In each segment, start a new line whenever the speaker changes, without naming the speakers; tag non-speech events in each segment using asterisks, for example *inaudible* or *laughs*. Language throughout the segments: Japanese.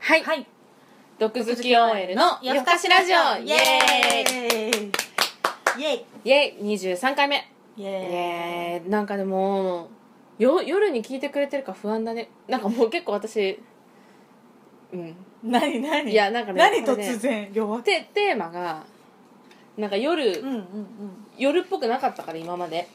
はい。
はい。
毒好き OL の夜更かしラジオイ
イエ
エーイ
ーイイエ
イエーイ !23 回目
イイ
イ
エーイ
エーイなんかでも、よ、夜に聞いてくれてるか不安だね。なんかもう結構私、うん。
何何
いやなんかね
何
これね
突然弱気
て、テーマが、なんか夜、
うんうんうん
夜っぽくなかったから今まで。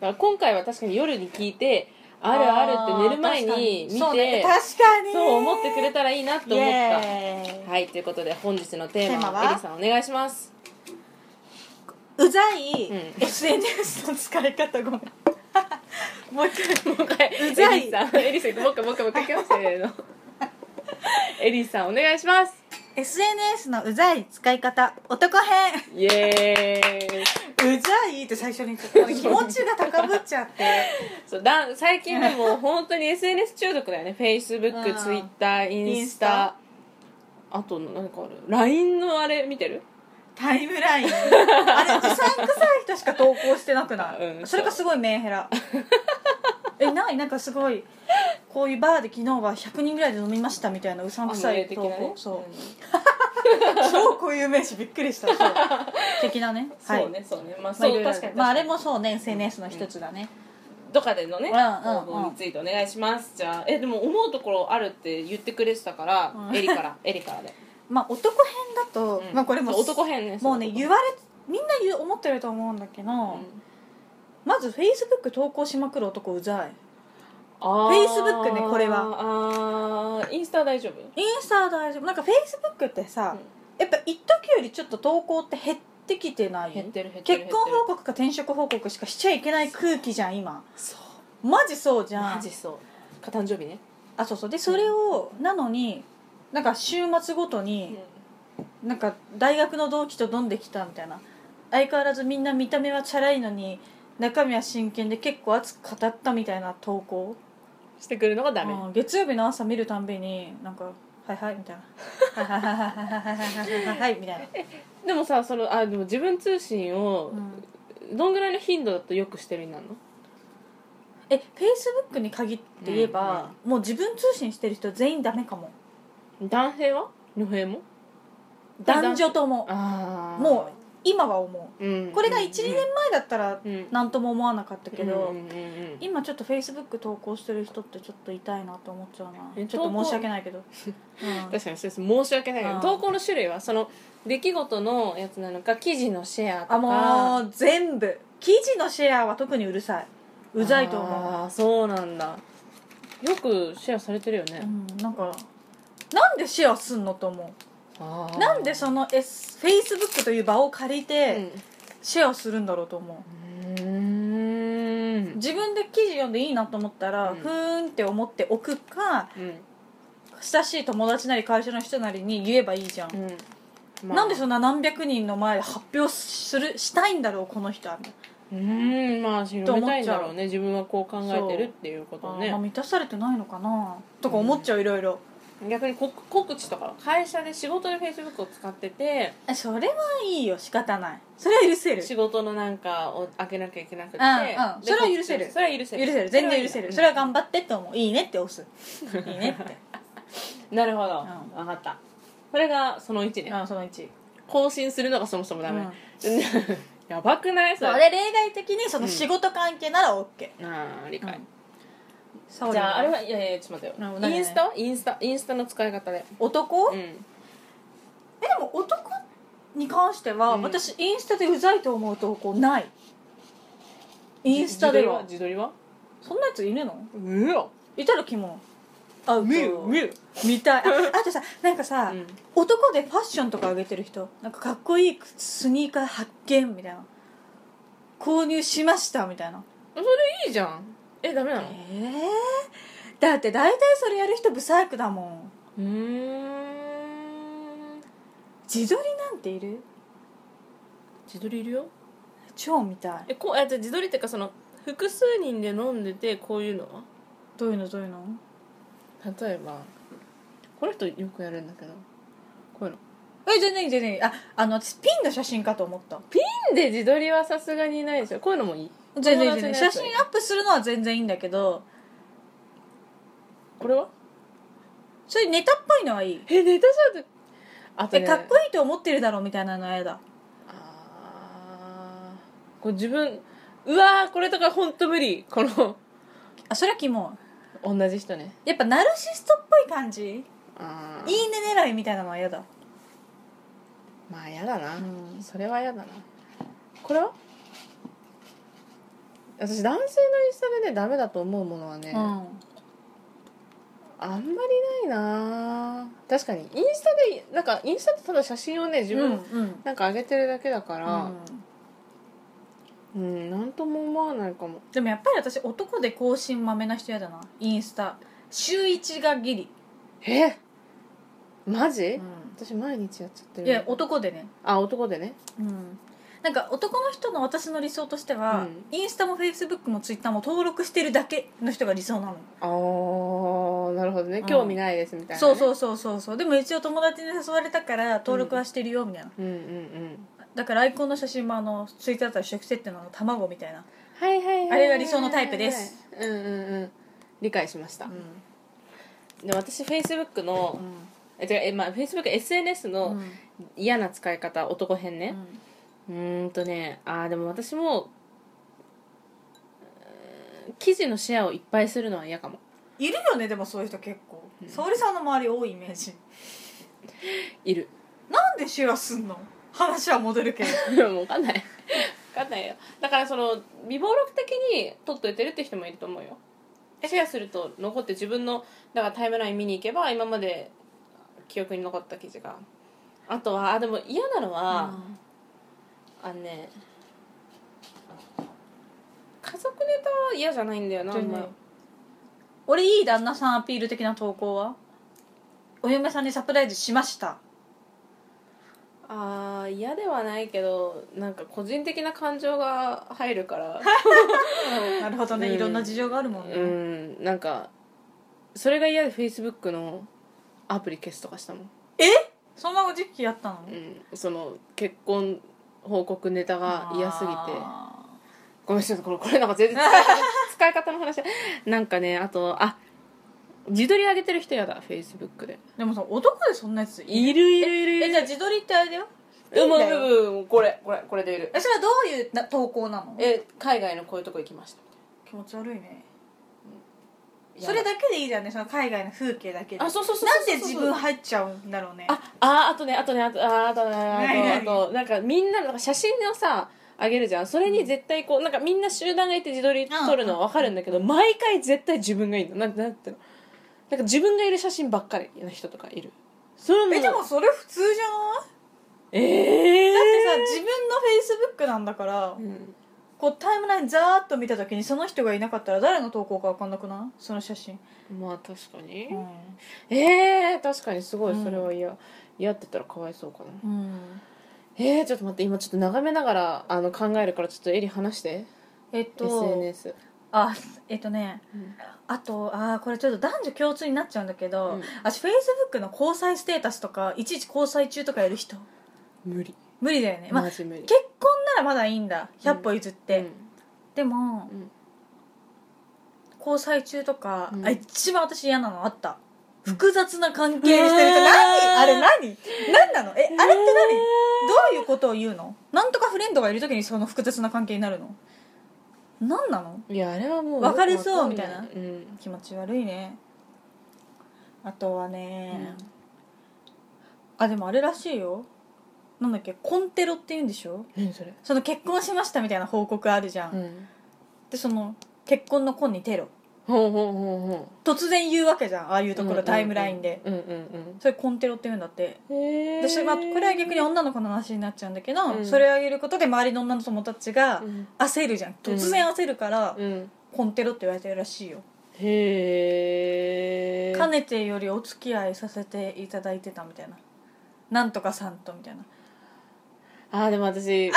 だから今回は確かに夜に聞いて、あるあるって寝る前に見て、
あー確かにそう,、ね、確かに
そう思ってくれたらいいなって思っ
イ
た。
エーイ
はい、ということで本日のテーマ
テーマ
は
は
エリさんお願いします。
うざい、
うん
SNS の使い方ごめん *laughs* もう一回
もう一回
うざい
エリさん、エリさん、もう一回もう一回もう一回行きますせ
*laughs*
ーの。エリさんお願いします。
SNS のうざい使い方男編
イエーイ。
うざいって最初に言っ
*laughs*
ちゃった気持ちが高ぶっちゃって
そうだん最近でも本当に SNS 中毒だよね。Facebook、
うん
Twitter、イ
イ
ン
ン
ス
ス
タ
タ。
あと何かある ?LINE のあれ見てる
タイ
*laughs*
ムラインあれうさんくさい人しか投稿してなくない、
うん
それかすごいメンヘラえないなんかすごいこういうバーで昨日は100人ぐらいで飲みましたみたいなうさんくさい投稿、そう超固有名詞びっくりしたそう的なね
そう
はい
ね、そうね。まあ、
まあ
そう、
いろいろ
確かに。
まああれ
確か
もそうね SNS の一つだね、
に。どっかでのね、
うんうんうん
応募についてお願いします。じゃあ、え、でも思うところあるって言ってくれてたから、
うん
エリから、エリからで。
まあ男編だと、
うん
*laughs* まあこれも
そう男編ね。
もうね
そ
言われみんな言う思ってると思うんだけど、まずフェイスブック投稿しまくる男うざい
フ
Facebook ねこれ
はあーインスタ大丈夫
インスタは大丈夫なんかフェイスブックってさ、やっぱ一時よりちょっと投稿って減ってきてない
減ってる減ってる
結婚報告か転職報告しかしちゃいけない空気じゃん今
そう
マジそうじゃん
マジそうか誕生日ね、
あそうそうでそれをなのになんか週末ごとに、なんか大学の同期と飲んできたみたいな相変わらずみんな見た目はチャラいのに中身は真剣で結構熱く語ったみたいな投稿
してくるのがダメ、
うん月曜日の朝見るたんびになんか「はいはい」みたいな「はいはいはいはいはいはいはい」みたいな
でもさそのあでも自分通信を、どんぐらいの頻度だとよくしてるようになるの
えフェイスブックに限って言えば、もう自分通信してる人全員ダメかも
男性は女性も
男女とも
ああ
もう今は思
う、うん
うこれが12、年前だったら
うんうん、
何とも思わなかったけど、
うんうんうんうん
今ちょっとフェイスブック投稿してる人ってちょっと痛いなと思っちゃう
え
なちょっと申し訳ない
*laughs*
けど、う
確
ん
かにそうです申し訳ないけど、
うん
投稿の種類はその出来事のやつなのか記事のシェアとか
あもう全部記事のシェアは特にうるさいうざいと思う
ああそうなんだよくシェアされてるよね、
うん、なんかなんでシェアすんのと思
あ
う
ー
なんでその S フェイスブックという場を借り
う
て
ん
シェアするんだろうと思う
うーん
自分で記事読んでいいなと思ったら、
うん
ふーんって思っておくか
うん
親しい友達なり会社の人なりに言えばいいじゃん、
うんまあ
なんでそんな何百人の前で発表するしたいんだろうこの人は、
うーんまあ広めたいんだろうね自分はこう考えてるっていうこ
あ
と
ーまあ
ね
満たされてないのかなとか思っちゃういろいろ
逆にこ告知とか会社で仕事でフェイスブックを使ってて
えそれはいいよ仕方ないそれは許せる
仕事のなんかを開けなきゃいけなくて、
うんうん
で
それは許せ
告
る
知をそれは許せ
許
る
せる全然許せるそれは頑
張
張ってって思ういいねって *laughs* 押すいいねって
なるほど、
ん
分かったそれがその1ね、
あその1
更新するのがそもそもダメ、
うん
*laughs* やばくないそ
そ
れ
れ例外的にそ
の
の
仕
仕事関係なら OK、
あー理解、
うん、
じゃああれ
は
はいやいやちょっと
な
待ってよ
何
インスタはインスタインスタの使い方で
男、
う
え
ん
でも男に関しては、
うん
私インスタでうざいと思う投稿ないインスタでは
自撮りは
そんなやついるの
自撮りは
いたらキモあ
見る見
見
る
見
*laughs*
たいああとさなんかさ、
うん
男でファッションとか上げてる人なんかかっこいいスニーカー発見みたいな購入しましたみたいな
それいいじゃんえダメなの
ええだって大体それやる人ブサイクだもん
うーん
自撮りなんている
自撮りいるよ
超みたい
えこうあじゃあ自撮りっていうかその複数人で飲んでてこういうのは
どういうのどういうの
例えばこの人よくやるんだけどこういうの
え全然いい全然いいああの私ピンの写真かと思った
ピンで自撮りはさすがにないでしょこういうのもいい
全然いい
友達の
全
やつ
然写真アップするのは全然いいんだけど
これは
それネタっぽいのはいい、
えネタじゃんあと
え
ね
かっこいいと思ってるだろうみたいなのは嫌だ
あーこう自分うわーこれとか本当無理この
あそれはキモ
同じ人ね
いやっぱナルシストっぽい感じいいね
あー
狙いみたいなのは嫌だ
まあやだな、
ん
それはやだなこれは私男性のインスタでねダメだと思うものはね、
うん
あんまりないな確かにインスタでなんかインスタってただ写真をね自
うん
分
うん
なんか上げてるだけだから
うん
うんなんとも思わないかも
でもやっぱり私男で更新まめな人嫌だなインスタ週一がギリ、
えマジ、
う
私毎日やっちゃって
ん、
る
いや男でね、
あ男でね
うん、なんか男の人の私の理想としては、
うん
インスタもフェイスブックもツイッターも登録してるだけの人が理想なの、
あーなるほどね
うん
興味ないですみたいなね、
そうそううそうそうそうでも一応友達に誘われたから登録はしてるよみたいな、
うんうんうん
だからアイコンの写真もあのツイッターと一緒に設定の卵みたいな、
はいはいはいはい
あれが理想のタイプです
うんうんうん理解しました、
う
で私フェイスブックのえ違うえまあフェイスブック SNS
ん
の嫌な使い方男編ね、
うん
うーんとねあーでも私もうーん記事のシェアをいっぱいするのは嫌かも
いるよねでもそういう人結構
うん
沙織、さんの周り多いイメージ
いる
なんでシェアすんの話は戻るけど
*laughs* もう分かんない分かんないよだからその微暴録的に取っといてるって人もいると思うよシェアすると残って自分のだからタイムライン見に行けば今まで記憶に残った記事があとはあでも嫌なのは、あのね家族ネタは嫌じゃないんだよなあんまり
俺いい旦那さんアピール的な投稿はお嫁さんにサプライズしました
あー嫌ではないけどなんか個人的な感情が入るから
なるほどね、
うん
いろんな事情があるもんね、
うんなんかそれが嫌でフェイスブックのアプリ消すとかしたもん、
そんな時期やったの
うん、その結婚報告ネタが嫌すぎて
あ
ごめんなさいこれこれなんか全然使い方使い方の話なんかねあとあ自撮り上げてる人嫌だフェイスブックで
ーでもさ男でそんなやつ
いるいるいるい
え
る
じゃあ自撮りってあれだよ
うん
いいんだよ
うんうんうんこれこれこれでいる
えそれはどういうな投稿なの
え海外のこういうとこ行きました
気持ち悪いね
みた
そ
いな
れだけでいいじゃんねその海外の風景だけで
あそうそうそう
なん
そうそ
で
うそう
自分入っちゃうんだろうね
ああーあとねあとねあとあーあとね
何
あとあとなんかみんななんか写真をさあげるじゃんそれに絶対こうなんかみんな集団がいて自撮り撮るのは分かるんだけど毎回絶対自分がいるのなんなんていうのなんか自分がいる写真ばっかりな人とかいるそれも
えでもそれ普通じゃない
ええー、
だってさ自分のフェイスブックなんだから、
うん
こうタイムラインザーッと見た時にその人がいなかったら誰の投稿か分かんなくないその写真、
まあ確かに、
うん
ええー、確かにすごいそれは嫌、嫌って言ったらかわいそうかなえー、ちょっと待って今ちょっと眺めながらあの考えるからちょっとエリ話して
えっと
SNS
あえっとね
うん
あとあーこれちょっと男女共通になっちゃうんだけど、
うん
私フェイスブックの交際ステータスとかいちいち交際中とかやる人
無理
無理だよね、まあ、
マジ無理、
結婚ならまだいいんだ100歩譲って、でも、
うん
交際中とか、
うん
あ一番私嫌なのあった複雑な関係してる人何あれ何何なのえあれって何どういうことを言うのなんとかフレンドがいる時にその複雑な関係になるの何なの
いやあれはもう
別れそう
よくわかんうん
気持ち悪いねあとはね、あでもあれらしいよなんだっけコンテロって言うんでしょ
何それ
その結婚しましたみたいな報告あるじゃん、
うん
でその結婚の婚にテロ
ほうほうほうほ
突然言うわけじゃんああいう
う
ところタイムラインで
うんうんうん
それコンテロって言うんだって
へ
でそれはこれは逆に女の子の話になっちゃうんだけど、
うん
それをあげることで周りの女の友達が
うん
焦るじゃん突然焦るから、
うん
コンテロって言われてるらしいよ、
へえ
かねてよりお付き合いさせていただいてたみたいななんとかさんとみたいな *laughs*
あーでも私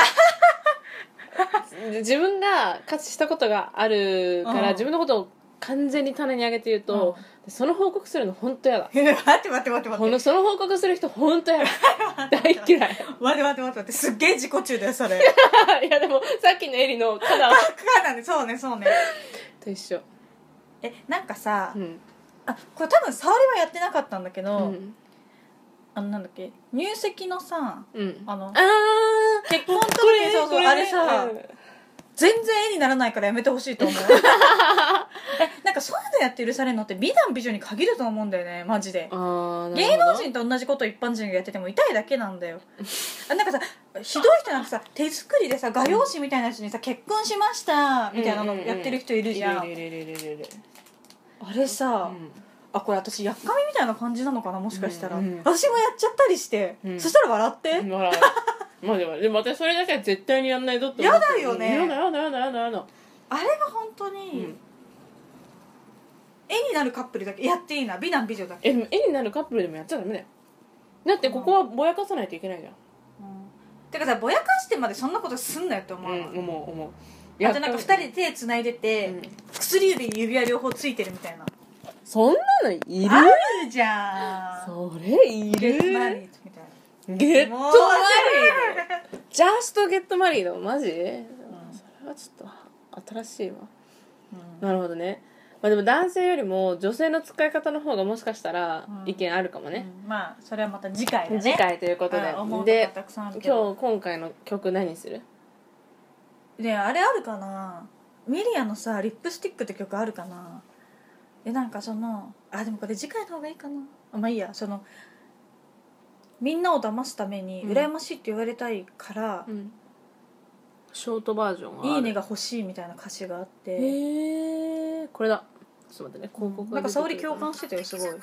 自分がかつしたことがあるから、
うん
自分のことを完全に棚に上げて言うと、その報告するの本当やだ
うん待って待って待って
こ
待って
のその報告する人本
*laughs*
当やだ大嫌い *laughs*
待って待って待って待ってすっげえ自己中だよそれ
いやでもさっきのエリのカナ
かなんでそうねそうね
と一緒
えなんかさ、
うん
あこれ多分触りはやってなかったんだけ
う
ど、
ん
あのなんだっけ入籍のさ
うん
あの
あー
結婚届
これ
そうそう
こね
あれさ、
うん
全然絵にならないからやめてほしいと
*laughs*
思うえなんかそういうのやって許されるのって美男美女に限ると思うんだよねマジで
あーなるほ
芸
ど
能人と同じこと一般人がやってても痛いだけなん
*laughs*
だよあなんかさひどい人なんかさ手作りでさ画用紙みたいな人にさ結婚しましたみたいなのやってる人いるじゃん、
いるいるいるいるいる
あれさ、
うん
あこれ私やっかみみたいな感じなのかなもしかしたら、
うんうん
私もやっちゃったりして、
うん
そしたら笑って、
だからまあでもでも私それだけは絶対にやんないぞって
やだよね
やだやだやだやだやだ
あれが本当に、
うん
絵になるカップルだけやっていいな美男美女だけ、
えでも絵になるカップルでもやっちゃダメだよだってここはぼやかさないといけないじゃん
うんてかさぼやかしてまでそんなことすんなよって思う、
うん、思う思う
あとなんか2人で手繋いでて、
うん
薬指に指輪両方ついてるみたいな
そんなのいる
あるじゃん
それい
ゲットマリ
る
ーみたいな
ゲット
も
マ
う
リージャストゲットマリーのマジ、それはちょっと新しいわ
うん
なるほどねまあでも男性よりも女性の使い方の方がもしかしたら
うん
意見あるかもね、
うんまあそれはまた次回だね
次回ということで、
うん思うことが
で
たくさんあるけ
今
ど
日今回の曲何する
ねえあれあるかなミリアのさ「リップスティック」って曲あるかなえなんかそのあでもこれ次回の方がいいかなあまあいいやそのみんなを騙すために
うん
羨ましいって言われたいから「
ショートバージョン
いいね」
が
が欲しいみたいな歌詞があっ
へ
て、
えこれだちょっと待ってね広告
なんか沙織
り
共感してたよすごいこ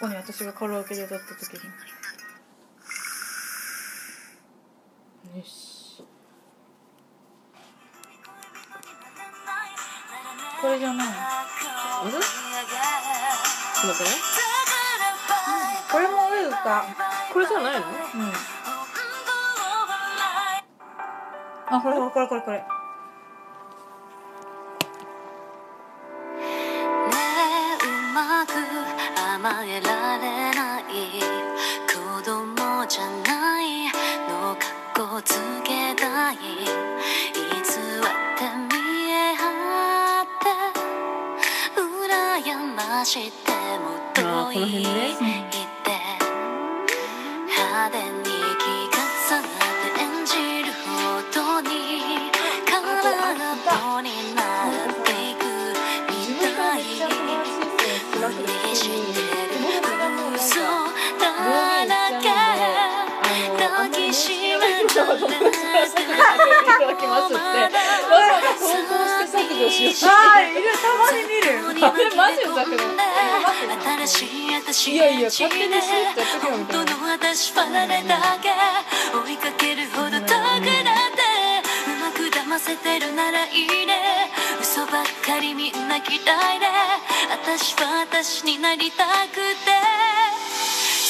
こに私がカラオケで歌った時に
よし
これじゃない
あれちょっと待ってね
これもいい歌
これじゃないの
うんあこれこれこれこれ
ねえうまく甘えられない子供じゃないのかっこつけたい偽って見え張って羨ましくても
あーこの
遠
辺
いって
ね
派手に着飾って演じるほどに体が棒になっていく
自
み
分が
た
めっ
い
ちゃ友達ですなくて
無理してる嘘
自
だらけ抱きしめた
分がめっちゃ友達ですなくて *laughs* いただきますってわざわざ投稿して削除しよう
あ
あいるたまに見る
れ
マジうざくない
新しい私
いやいや勝手にしーってやってくよみ
本
た
当
いな
の私離れだけ追いかけるほど遠くなってうまく騙せてるならいいね嘘ばっかりみんな嫌いで私は私になりたくて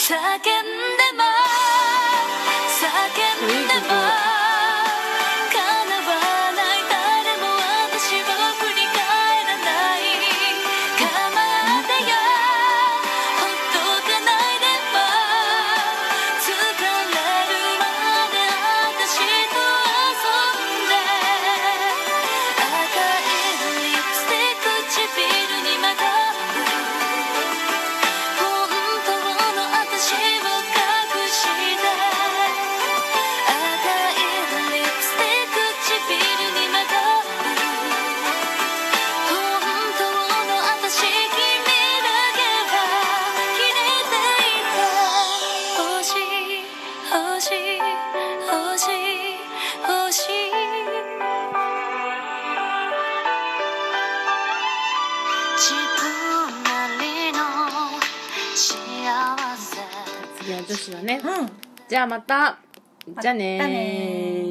叫んでます叫んで
いい
ま
曲
す叶わない誰も私を振り返らない構ってよほっとかないでば疲れるまで私と遊んで赤いリップスティック唇にまたぐ本当の私を隠して赤いリップスティック唇にまとう本当の私君だけは切れていた欲しい欲しい欲しい欲しい自分なりの幸せ
次は女子だね
うん
じゃあまたじゃあね
またねー